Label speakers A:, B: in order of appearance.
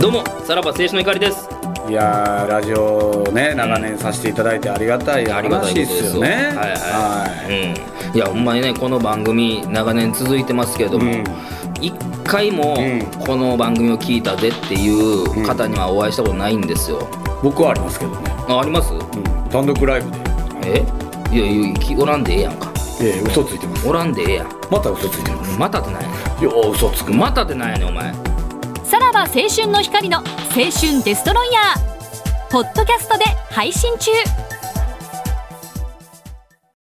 A: どうもさらば青春の怒りです
B: いやーラジオをね長年させていただいてありがたい
A: ありがたいこ
B: 話
A: とで
B: で
A: すす
B: よ
A: よ
B: ね。
A: はいはい、うん、いやほんまにねこの番組長年続いてますけども、
B: うん
A: 一回も
B: うん
A: この番組を聞いたでっていう方にはお会いしたことないんですよ、
B: 僕はありますけどね。
A: ああります
B: うん単独ライブで。
A: えいやいやきおらんでええやんか
B: ええ嘘ついてます。
A: おらんでええやん
B: また嘘ついてます。
A: またってなんやね
B: よう嘘つく。
A: んまたってなんやねんお前
C: さらば青春の光の青春デストロイヤーポッドキャストで配信中